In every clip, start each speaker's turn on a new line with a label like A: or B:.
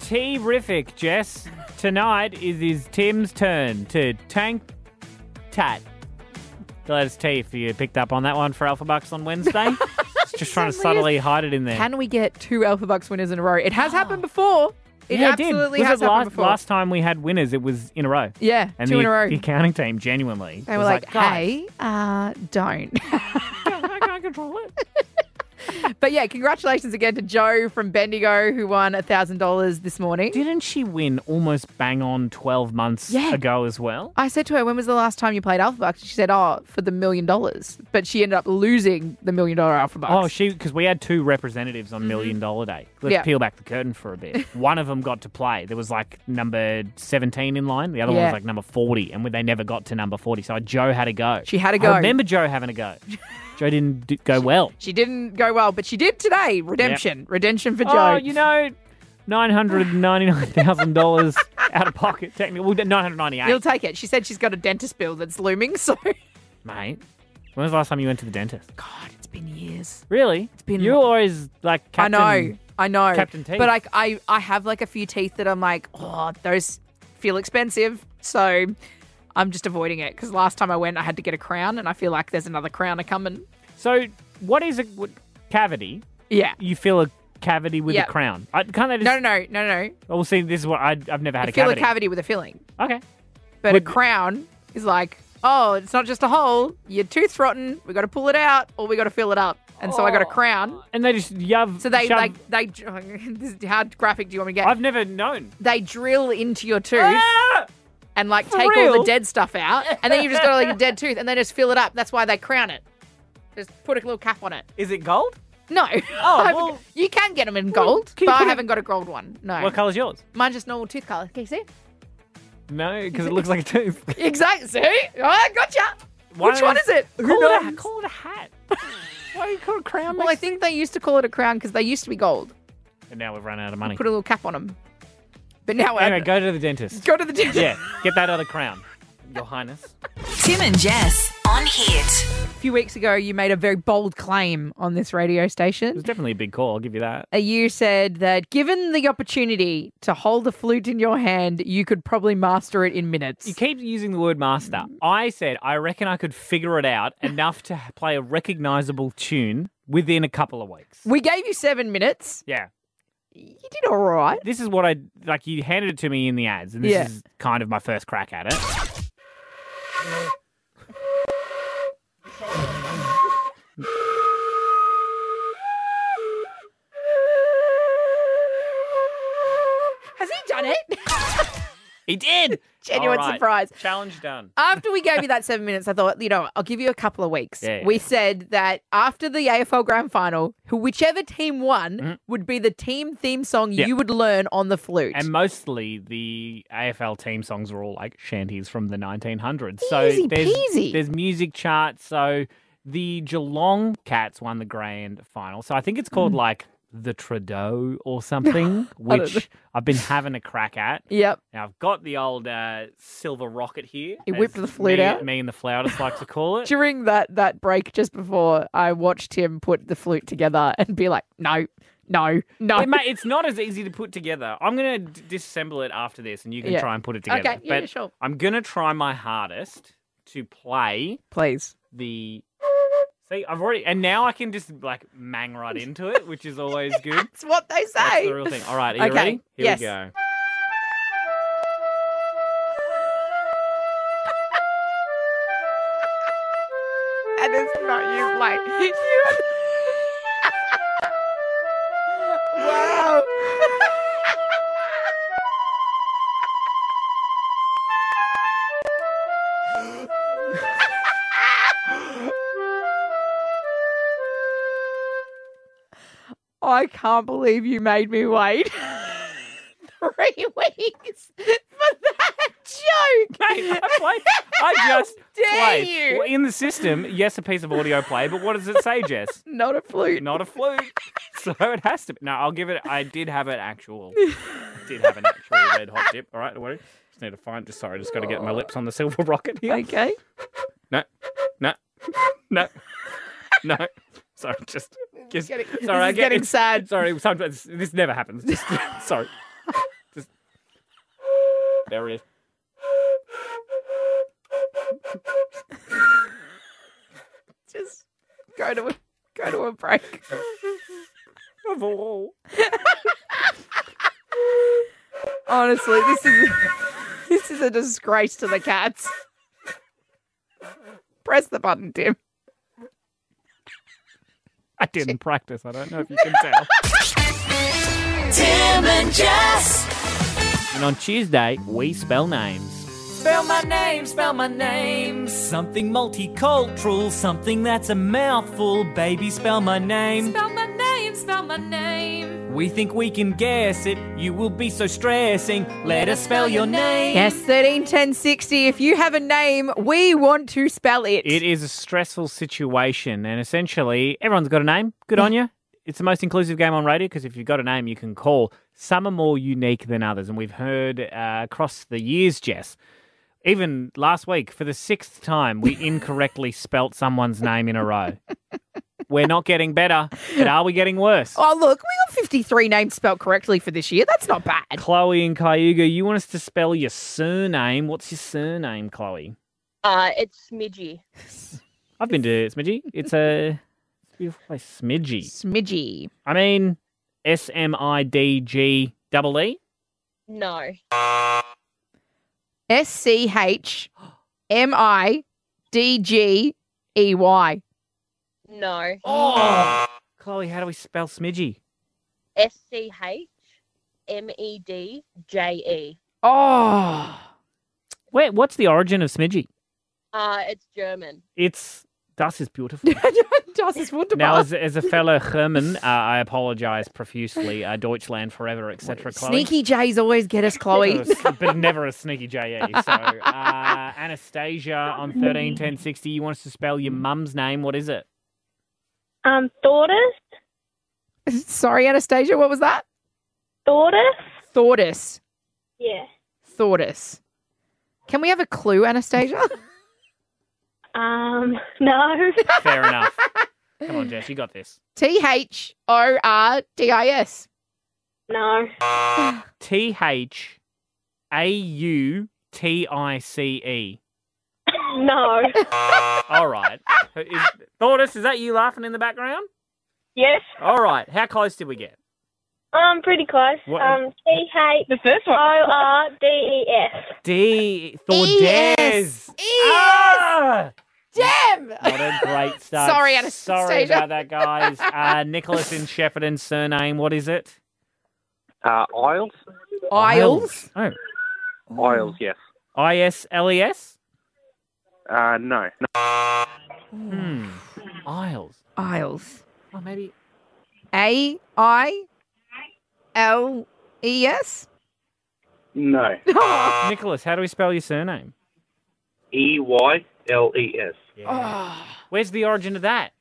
A: terrific, Jess. Tonight is, is Tim's turn to tank tat. The letters T, if you picked up on that one for Alpha Bucks on Wednesday. It's just trying to subtly hide it in there.
B: Can we get two Alpha Bucks winners in a row? It has happened before. It
A: yeah,
B: absolutely
A: it did.
B: has
A: Was it
B: happened
A: last,
B: before.
A: last time we had winners, it was in a row.
B: yeah,
A: And
B: two
A: the,
B: in a row.
A: the accounting team genuinely
B: They were
A: was
B: like,
A: "Guys,
B: hey, uh, don't.
A: I can't control it.
B: but yeah, congratulations again to Joe from Bendigo who won $1,000 this morning.
A: Didn't she win almost bang on 12 months
B: Yeah.
A: ago as well?
B: I said to her, when was the last time you played Alpha Bucks? She said, oh, for the million dollars. But she ended up losing the million dollar Alpha Bucks. Mm-hmm.
A: Oh, she because we had two representatives on Million Dollar Day. Let's
B: Yeah.
A: peel back the curtain for a bit. one of them got to play. There was like number seventeen in line. The other one
B: Yeah.
A: was like number forty, and they never got to number forty. So uh, Joe had a go.
B: She had a
A: I
B: go.
A: remember Joe having a go. Joe didn't do, go well.
B: She didn't go well, but she did today. Redemption. Redemption for Joe.
A: Oh, you know, nine hundred ninety nine thousand dollars out of pocket. Technically, well, nine hundred ninety
B: You'll
A: eight.
B: take it. She said she's got a dentist bill that's looming, so.
A: Mate, when was the last time you went to the dentist?
B: God, it's been years.
A: Really? It's
B: been-
A: You're always like Captain.
B: I know, I know.
A: Captain Teeth.
B: But like, I, I have like a few teeth that I'm like, oh, those feel expensive, so I'm just avoiding it. Because last time I went, I had to get a crown, and I feel like there's another crown a coming.
A: So what is a what, cavity?
B: Yeah.
A: you fill a cavity with
B: Yeah.
A: a crown. I can't they just.
B: No, no, no, no, no.
A: Well, see, this is what I, I've never had
B: I
A: a
B: feel
A: cavity.
B: a cavity with a filling,
A: Okay.
B: but
A: Would-
B: a crown is like, oh, it's not just a hole. Your tooth's rotten. We got to pull it out, or we got to fill it up. And so I got a crown.
A: And they just yub.
B: So they
A: shove-
B: like they. This is, how graphic do you want me to get?
A: I've never known.
B: they drill into your tooth.
A: Ah!
B: and like
A: For
B: take all
A: real?
B: the dead stuff out, and then you've just got like a dead tooth, and they just fill it up. That's why they crown it. Just put a little cap on it.
A: Is it gold?
B: No.
A: Oh,
B: I've-
A: well-
B: you can get them in gold,
A: can you
B: but I
A: put a-
B: haven't got a gold one. No.
A: What colour's yours?
B: Mine's just normal tooth color. Can you see?
A: No, because it looks like a tooth.
B: Exactly. See? Oh, I gotcha.
A: Why
B: Which
A: don't
B: one
A: they-
B: is it?
A: Who
B: Call it a-
A: knows? call it a hat. Why do you call it a crown?
B: Well, I think they used to call it a crown because they used to be gold.
A: And now we've run out of money.
B: Put a little cap on them. But now I
A: Anyway, go to the dentist.
B: go to the dentist.
A: yeah, get that other crown, Your Highness.
C: Tim and Jess on Hit.
B: A few weeks ago, you made a very bold claim on this radio station.
A: It's definitely a big call. I'll give you that.
B: Uh, you said that given the opportunity to hold a flute in your hand, you could probably master it in minutes.
A: You keep using the word master.
B: Mm.
A: I said I reckon I could figure it out enough to play a recognizable tune within a couple of weeks.
B: We gave you seven minutes.
A: Yeah.
B: You did all right.
A: This is what I like. You handed it to me in the ads, and this
B: Yeah.
A: is kind of my first crack at it.
B: Has he done it?
A: He did.
B: Genuine
A: All right.
B: surprise.
A: Challenge done.
B: After we gave you that seven minutes, I thought, you know, I'll give you a couple of weeks.
A: Yeah, yeah.
B: We said that after the AFL Grand Final, who whichever team won would be the team theme song
A: Mm-hmm. Yeah.
B: you would learn on the flute.
A: And mostly the AFL team songs were all like shanties from the 1900s. So
B: Easy
A: there's
B: peasy.
A: there's music charts. So the Geelong Cats won the grand final. So I think it's
B: Mm.
A: called like the Trudeau or something,
B: know.
A: which I've been having a crack at.
B: yep.
A: Now I've got the old uh, silver rocket here.
B: He
A: as
B: whipped the flute
A: me,
B: out.
A: Me and the flautist like to call it.
B: During that that break just before, I watched him put the flute together and be like, no, no, no.
A: It, mate, it's not as easy to put together. I'm going to d- disassemble it after this and you can
B: Yeah.
A: try and put it
B: Okay,
A: together.
B: yeah,
A: but
B: sure.
A: I'm going to try my hardest to play
B: Please.
A: the. See, I've already. And now I can just like mang right into it, which is always good.
B: That's what they say.
A: That's the real thing. All right, are you
B: Okay,
A: ready? Here
B: yes.
A: we go.
B: And it's not you, like you. wow. I can't believe you made me wait three weeks for that joke.
A: Mate, I played. I
B: How
A: just
B: dare
A: played.
B: you?
A: Well, in the system, yes, a piece of audio play, but what does it say, Jess?
B: Not a flute.
A: Not a flute. So it has to be. No, I'll give it. I did have an actual. did have an actual red hot dip. All right, don't worry. Just need to find. Just sorry, just got to get my lips on the silver rocket here.
B: Okay.
A: No, no, no, no. Sorry, just. just
B: getting-
A: sorry,
B: this
A: I
B: is
A: get
B: getting
A: it's-
B: sad.
A: Sorry, sometimes this never happens. Just, sorry. There it is.
B: Just go to a, go to a break.
A: Of all.
B: Honestly, this is this is a disgrace to the cats. Press the button, Tim.
A: I didn't practice. I don't know if you can tell.
C: Tim and Jess.
A: And on Tuesday, we spell names.
D: Spell my name, spell my name. Something multicultural, something that's a mouthful. Baby, spell my name.
B: Spell my name, spell my name.
D: We think we can guess it. You will be so stressing. Let us spell your name.
B: Yes, thirteen ten sixty. If you have a name, we want to spell it.
A: It is a stressful situation, and essentially, everyone's got a name. Good on you. It's the most inclusive game on radio because if you've got a name, you can call. Some are more unique than others, and we've heard uh, across the years, Jess. Even last week, for the sixth time, we incorrectly spelt someone's name in a row. We're not getting better, but are we getting worse?
B: Oh look, we got fifty three names spelled correctly for this year. That's not bad.
A: Chloe and Cayuga, you want us to spell your surname. What's your surname, Chloe?
E: Uh, it's smidgy.
A: I've been to Smidgy. It's a, it's a beautiful place. Smidgy.
B: Smidgy.
A: I mean, S M I D G double E.
E: No.
B: S C H M I D G E Y.
E: No.
A: Oh! Chloe, how do we spell Smidgy?
E: S C H M E D J E.
B: Oh.
A: Wait, what's the origin of Smidgy?
E: Uh, it's German.
A: It's. Das ist beautiful.
B: Das ist wunderbar.
A: now, as, as a fellow German, uh, I apologize profusely. Uh, Deutschland forever, etc. Chloe.
B: Sneaky J's always get us, Chloe.
A: Uh, s- but never a sneaky JE. So, uh, Anastasia on 131060, you want us to spell your mum's name. What is it?
F: Um, tortoise,
B: Sorry, Anastasia, what was that?
F: tortoise.
B: Thordis.
F: Yeah.
B: Thordis. Can we have a clue, Anastasia?
F: Um, no.
A: Fair enough. Come on, Jess, you got this.
B: T H O R D I S.
F: no.
A: T H A U T I C E.
F: No.
A: All right. Is, Thordis, is that you laughing in the background?
F: Yes.
A: All right. How close did we get?
F: Um, pretty close.
A: What-
F: Um, C H
G: The first
F: O
G: one.
F: R D E S.
A: D. Thordes.
B: E-S.
A: Ah!
B: Damn!
A: What a great start.
B: Sorry, Anastasia.
A: Sorry about that, guys. Uh, Nicholas in Shepparton, surname, what is it?
H: Uh, Isles?
B: Isles.
A: Oh.
H: Isles, yes.
A: I S L E S?
H: Uh, no. no.
A: Hmm. Isles.
B: Isles.
A: Oh, maybe.
B: A I L E S.
H: No.
A: Nicholas, how do we spell your surname?
H: E Y L E S.
A: Where's the origin of that?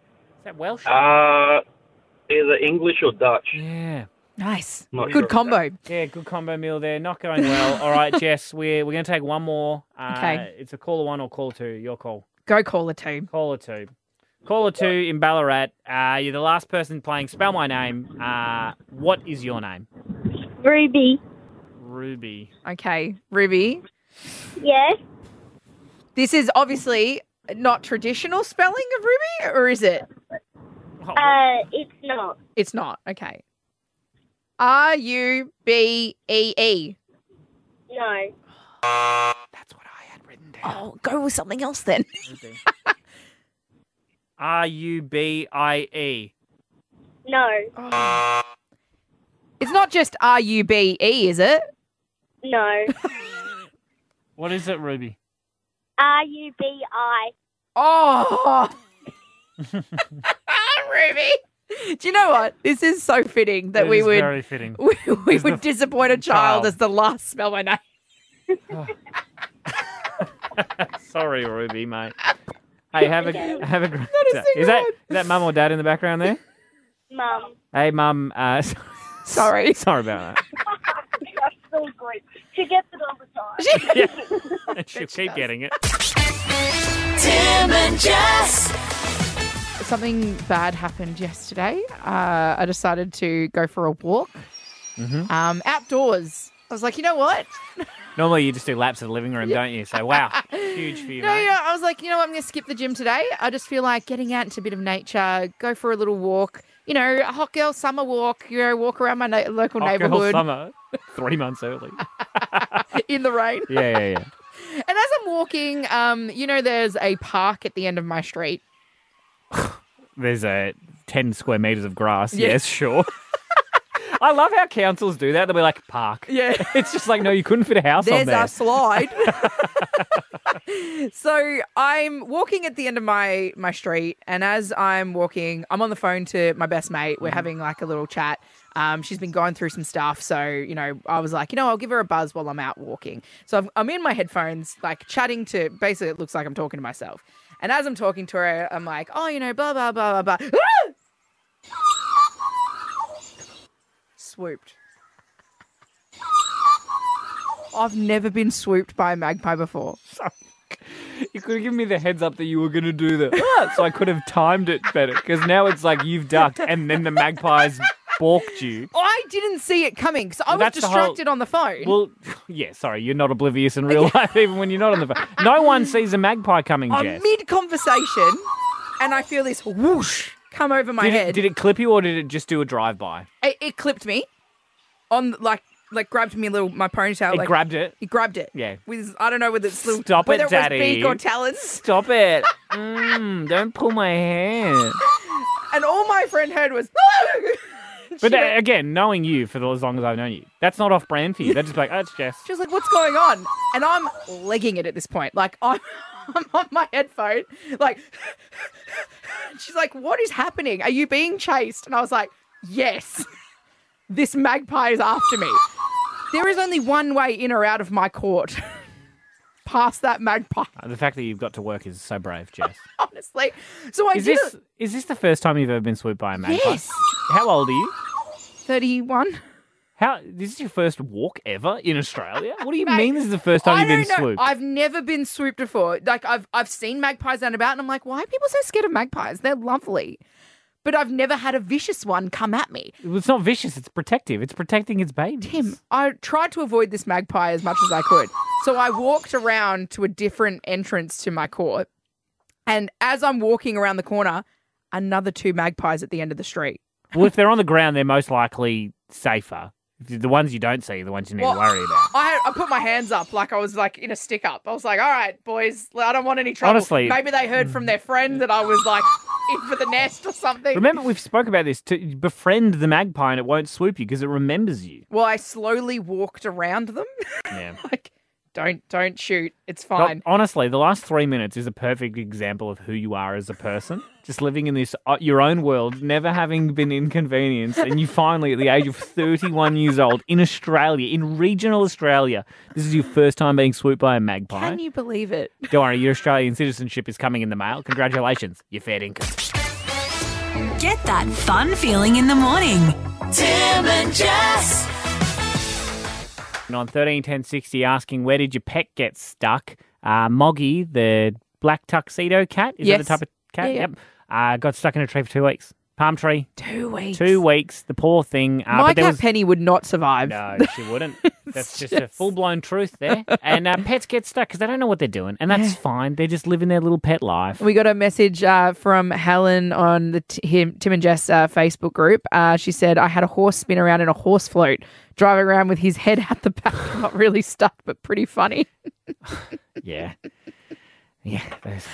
A: Is that Welsh?
H: Uh, either English or Dutch.
A: yeah.
B: Nice.
H: Not sure
B: Good
H: about
B: combo.
A: Yeah, good combo meal there. Not going well. All right, Jess, we're, we're going to take one more. Uh,
B: Okay.
A: It's a caller one or caller two. Your call.
B: Go call a two.
A: Caller two. Caller two in Ballarat. Uh, you're the last person playing Spell My Name. Uh, what is your name?
F: Ruby.
A: Ruby.
B: Okay, Ruby.
F: Yes.
B: This is obviously not traditional spelling of Ruby, or is it?
A: Oh,
F: Uh, it's not.
B: It's not. Okay. R U B E E.
F: No.
A: that's what I had written down.
B: Oh, go with something else then.
A: Ruby. R U B I E.
F: No.
B: Oh. It's not just R U B E, is it?
F: No.
A: What is it, Ruby?
F: R U B I.
B: Oh, Ruby. Do you know what? This is so fitting that
A: It
B: we
A: is
B: would
A: very fitting.
B: we, we
A: Is the
B: would disappoint a child
A: child.
B: as the last spell my name.
A: Sorry, Ruby, mate. Hey, have a have a great
B: a
A: day.
B: single
A: Is that
B: one.
A: is that mum or dad in the background there?
F: Mum.
A: Hey, mum. Uh, so-
B: Sorry.
A: sorry about that.
F: That's so great. She gets it all the time.
A: And she'll keep getting it.
C: Tim and Jess.
B: Something bad happened yesterday. Uh, I decided to go for a walk
A: Mhm.
B: um, outdoors. I was like, you know what?
A: Normally you just do laps of the living room, don't you? So wow, huge for you,
B: No,
A: mate.
B: you know, I was like, you know, what? I'm going to skip the gym today. I just feel like getting out into a bit of nature, go for a little walk. You know, a hot girl summer walk. You know, walk around my na- local
A: Hot girl
B: neighborhood
A: summer, three months early.
B: in the rain.
A: Yeah, yeah, yeah.
B: And as I'm walking, um, you know, there's a park at the end of my street.
A: There's a ten square meters of grass.
B: Yeah.
A: Yes, sure. I love how councils do that. They'll be like park.
B: Yeah.
A: It's just like no, you couldn't fit a house on
B: There's
A: there.
B: our slide. so I'm walking at the end of my my street, and as I'm walking, I'm on the phone to my best mate. We're having like a little chat. Um, she's been going through some stuff, so you know, I was like, you know, I'll give her a buzz while I'm out walking. So I'm, I'm in my headphones, like chatting to. Basically, it looks like I'm talking to myself. And as I'm talking to her, I'm like, oh, you know, blah blah blah blah blah. Ah! Swooped. I've never been swooped by a magpie before.
A: You could have given me the heads up that you were going to do that, "Ah," so I could have timed it better. Because now it's like you've ducked, and then the magpies balked you.
B: I didn't see it coming because I
A: Well,
B: was
A: that's the whole-
B: distracted on the phone.
A: Well, yeah, sorry, you're not oblivious in real life, even when you're not on the phone. No one sees a magpie coming,
B: I'm
A: Jess.
B: mid conversation and I feel this whoosh come over my
A: did,
B: head.
A: it, did it clip you, or did it just do a drive by?
B: it, it clipped me on like like grabbed me a little my ponytail.
A: It
B: like,
A: grabbed it.
B: He grabbed it.
A: Yeah.
B: With I don't know whether it's little,
A: Stop it,
B: whether it,
A: Daddy.
B: was beak or talons.
A: Stop it! Mm, don't pull my hair.
B: And all my friend heard was.
A: But uh, again, knowing you for as long as I've known you, that's not off brand for you. They're just like, oh, it's Jess.
B: She was like, "What's going on?" And I'm legging it at this point. Like I'm, I'm on my headphone. Like she's like, "What is happening? Are you being chased?" And I was like, "Yes, this magpie is after me. There is only one way in or out of my court." Past that magpie,
A: Uh, The fact that you've got to work is so brave, Jess.
B: honestly. So I
A: Is
B: did
A: this is this the first time you've ever been swooped by a magpie?
B: Yes.
A: How old are you?
B: thirty-one.
A: How this is your first walk ever in Australia? What do you
B: Mate,
A: mean this is the first time
B: I
A: you've
B: don't
A: been
B: know.
A: swooped?
B: I've never been swooped before. Like I've I've seen magpies out and about, and I'm like, why are people so scared of magpies? They're lovely, but I've never had a vicious one come at me.
A: It's not vicious. It's protective. It's protecting its babies.
B: Tim, I tried to avoid this magpie as much as I could, so I walked around to a different entrance to my court, and as I'm walking around the corner, another two magpies at the end of the street.
A: Well, if they're on the ground, they're most likely safer. The ones you don't see are the ones you need
B: Well,
A: to worry about.
B: I, had, I put my hands up like I was like in a stick up. I was like, "All right, boys, I don't want any trouble."
A: Honestly-
B: maybe they heard from their friend that I was like in for the nest or something.
A: Remember, we've spoke about this. To befriend the magpie, and it won't swoop you because it remembers you.
B: Well, I slowly walked around them.
A: Yeah.
B: like, don't don't shoot. It's
A: But
B: fine.
A: honestly, the last three minutes is a perfect example of who you are as a person. Just living in this uh, your own world, never having been inconvenienced, and you finally, at the age of thirty-one years old, in Australia, in regional Australia, this is your first time being swooped by a magpie.
B: Can you believe it?
A: Don't worry, your Australian citizenship is coming in the mail. Congratulations, you're fair income.
C: Get that fun feeling in the morning. Tim and Jess.
A: And on 13 10 60 asking, where did your pet get stuck? Uh, Moggy, the black tuxedo cat, is
B: Yes.
A: that the type of cat?
B: Yeah, yeah.
A: Yep. Uh, got stuck in a tree for two weeks. Palm tree,
B: Two weeks.
A: two weeks. The poor thing. Uh,
B: My
A: but there
B: cat
A: was...
B: Penny would not survive.
A: No, she wouldn't. That's just a full blown truth there. And uh, pets get stuck because they don't know what they're doing, and that's fine. They're just living their little pet life.
B: We got a message uh, from Helen on the t- him, Tim and Jess uh, Facebook group. Uh, she said, I had a horse spin around in a horse float, driving around with his head out the back. Not really stuck, but pretty funny.
A: Yeah. Yeah, there's-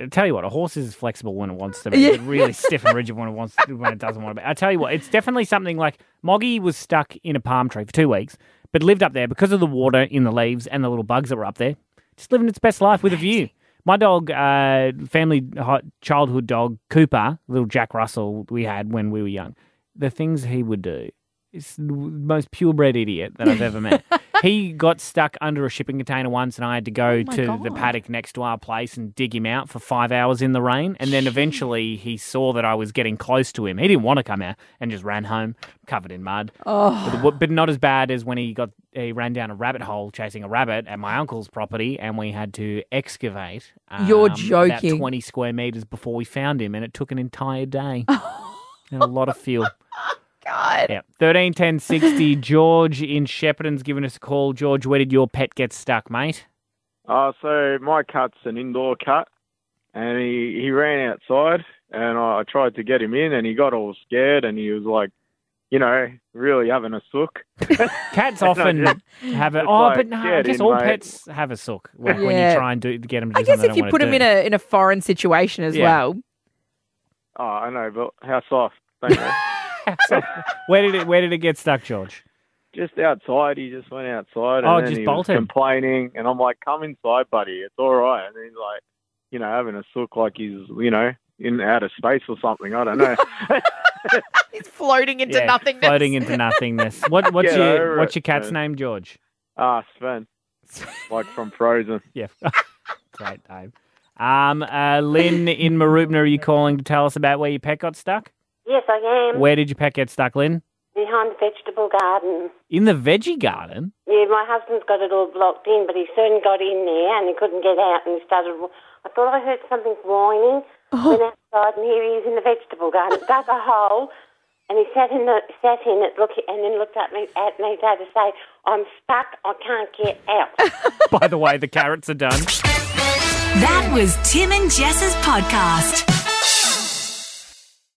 A: I tell you what, a horse is flexible when it wants to be. It's really stiff and rigid when it wants to, when it doesn't want to be. I tell you what, it's definitely something like Moggy was stuck in a palm tree for two weeks, but lived up there because of the water in the leaves and the little bugs that were up there. Just living its best life with a view. My dog, uh, family hi- childhood dog Cooper, little Jack Russell we had when we were young. The things he would do. It's the most purebred idiot that I've ever met. he got stuck under a shipping container once, and I had to go
B: Oh my
A: to the
B: God.
A: paddock next to our place and dig him out for five hours in the rain. And then eventually he saw that I was getting close to him. He didn't want to come out and just ran home covered in mud.
B: Oh,
A: But, but not as bad as when he got he ran down a rabbit hole chasing a rabbit at my uncle's property, and we had to excavate. um,
B: You're
A: about
B: joking.
A: Twenty square meters before we found him, and it took an entire day and a lot of fuel.
B: Oh, God.
A: Yeah. 13 10 60. George in Shepparton's giving us a call. George, where did your pet get stuck, mate?
G: Uh, so my cat's an indoor cat, and he, he ran outside, and I tried to get him in, and he got all scared, and he was like, you know, really having a sook.
A: Cats often
G: just-
A: have a.
G: just
A: Oh,
G: like,
A: but no, I
G: get
A: guess
G: in,
A: all
G: mate.
A: pets have a sook when, when you
B: Yeah.
A: try and do, get them to do
B: I guess
A: something
B: if you
A: they
B: put
A: don't
B: him in a in a foreign situation as
A: Yeah.
B: well.
G: Oh, I know, but how soft? Don't know.
A: wanna do. where, did it, where did it get stuck, George?
G: just outside, he just went outside, and
A: Oh,
G: then
A: just
G: he
A: bolted.
G: was complaining, and I'm like, come inside, buddy, it's all right. And he's like, you know, having a sook like he's, you know, in outer space or something. I don't know.
B: He's floating into
A: Yeah,
B: nothingness.
A: Floating into nothingness. What, what's,
G: Get
A: your,
G: over
A: what's
G: it,
A: your cat's
G: man.
A: name, George?
G: Ah, Sven, like from Frozen.
A: Yeah. Great name. Um, uh, Lynn in Maroubna, are you calling to tell us about where your pet got stuck?
I: Yes, I am.
A: Where did your pet get stuck, Lynn?
I: Behind the vegetable garden.
A: In the veggie garden?
I: Yeah, my husband's got it all blocked in, but he soon got in there and he couldn't get out and he started. I thought I heard something whining.
B: Oh,
I: Went outside and here he is in the vegetable garden. Dug a hole and he sat in the, sat in it look, and then looked at me, at me so to say, I'm stuck, I can't get out.
A: By the way, the carrots are done.
C: That was Tim and Jess's podcast.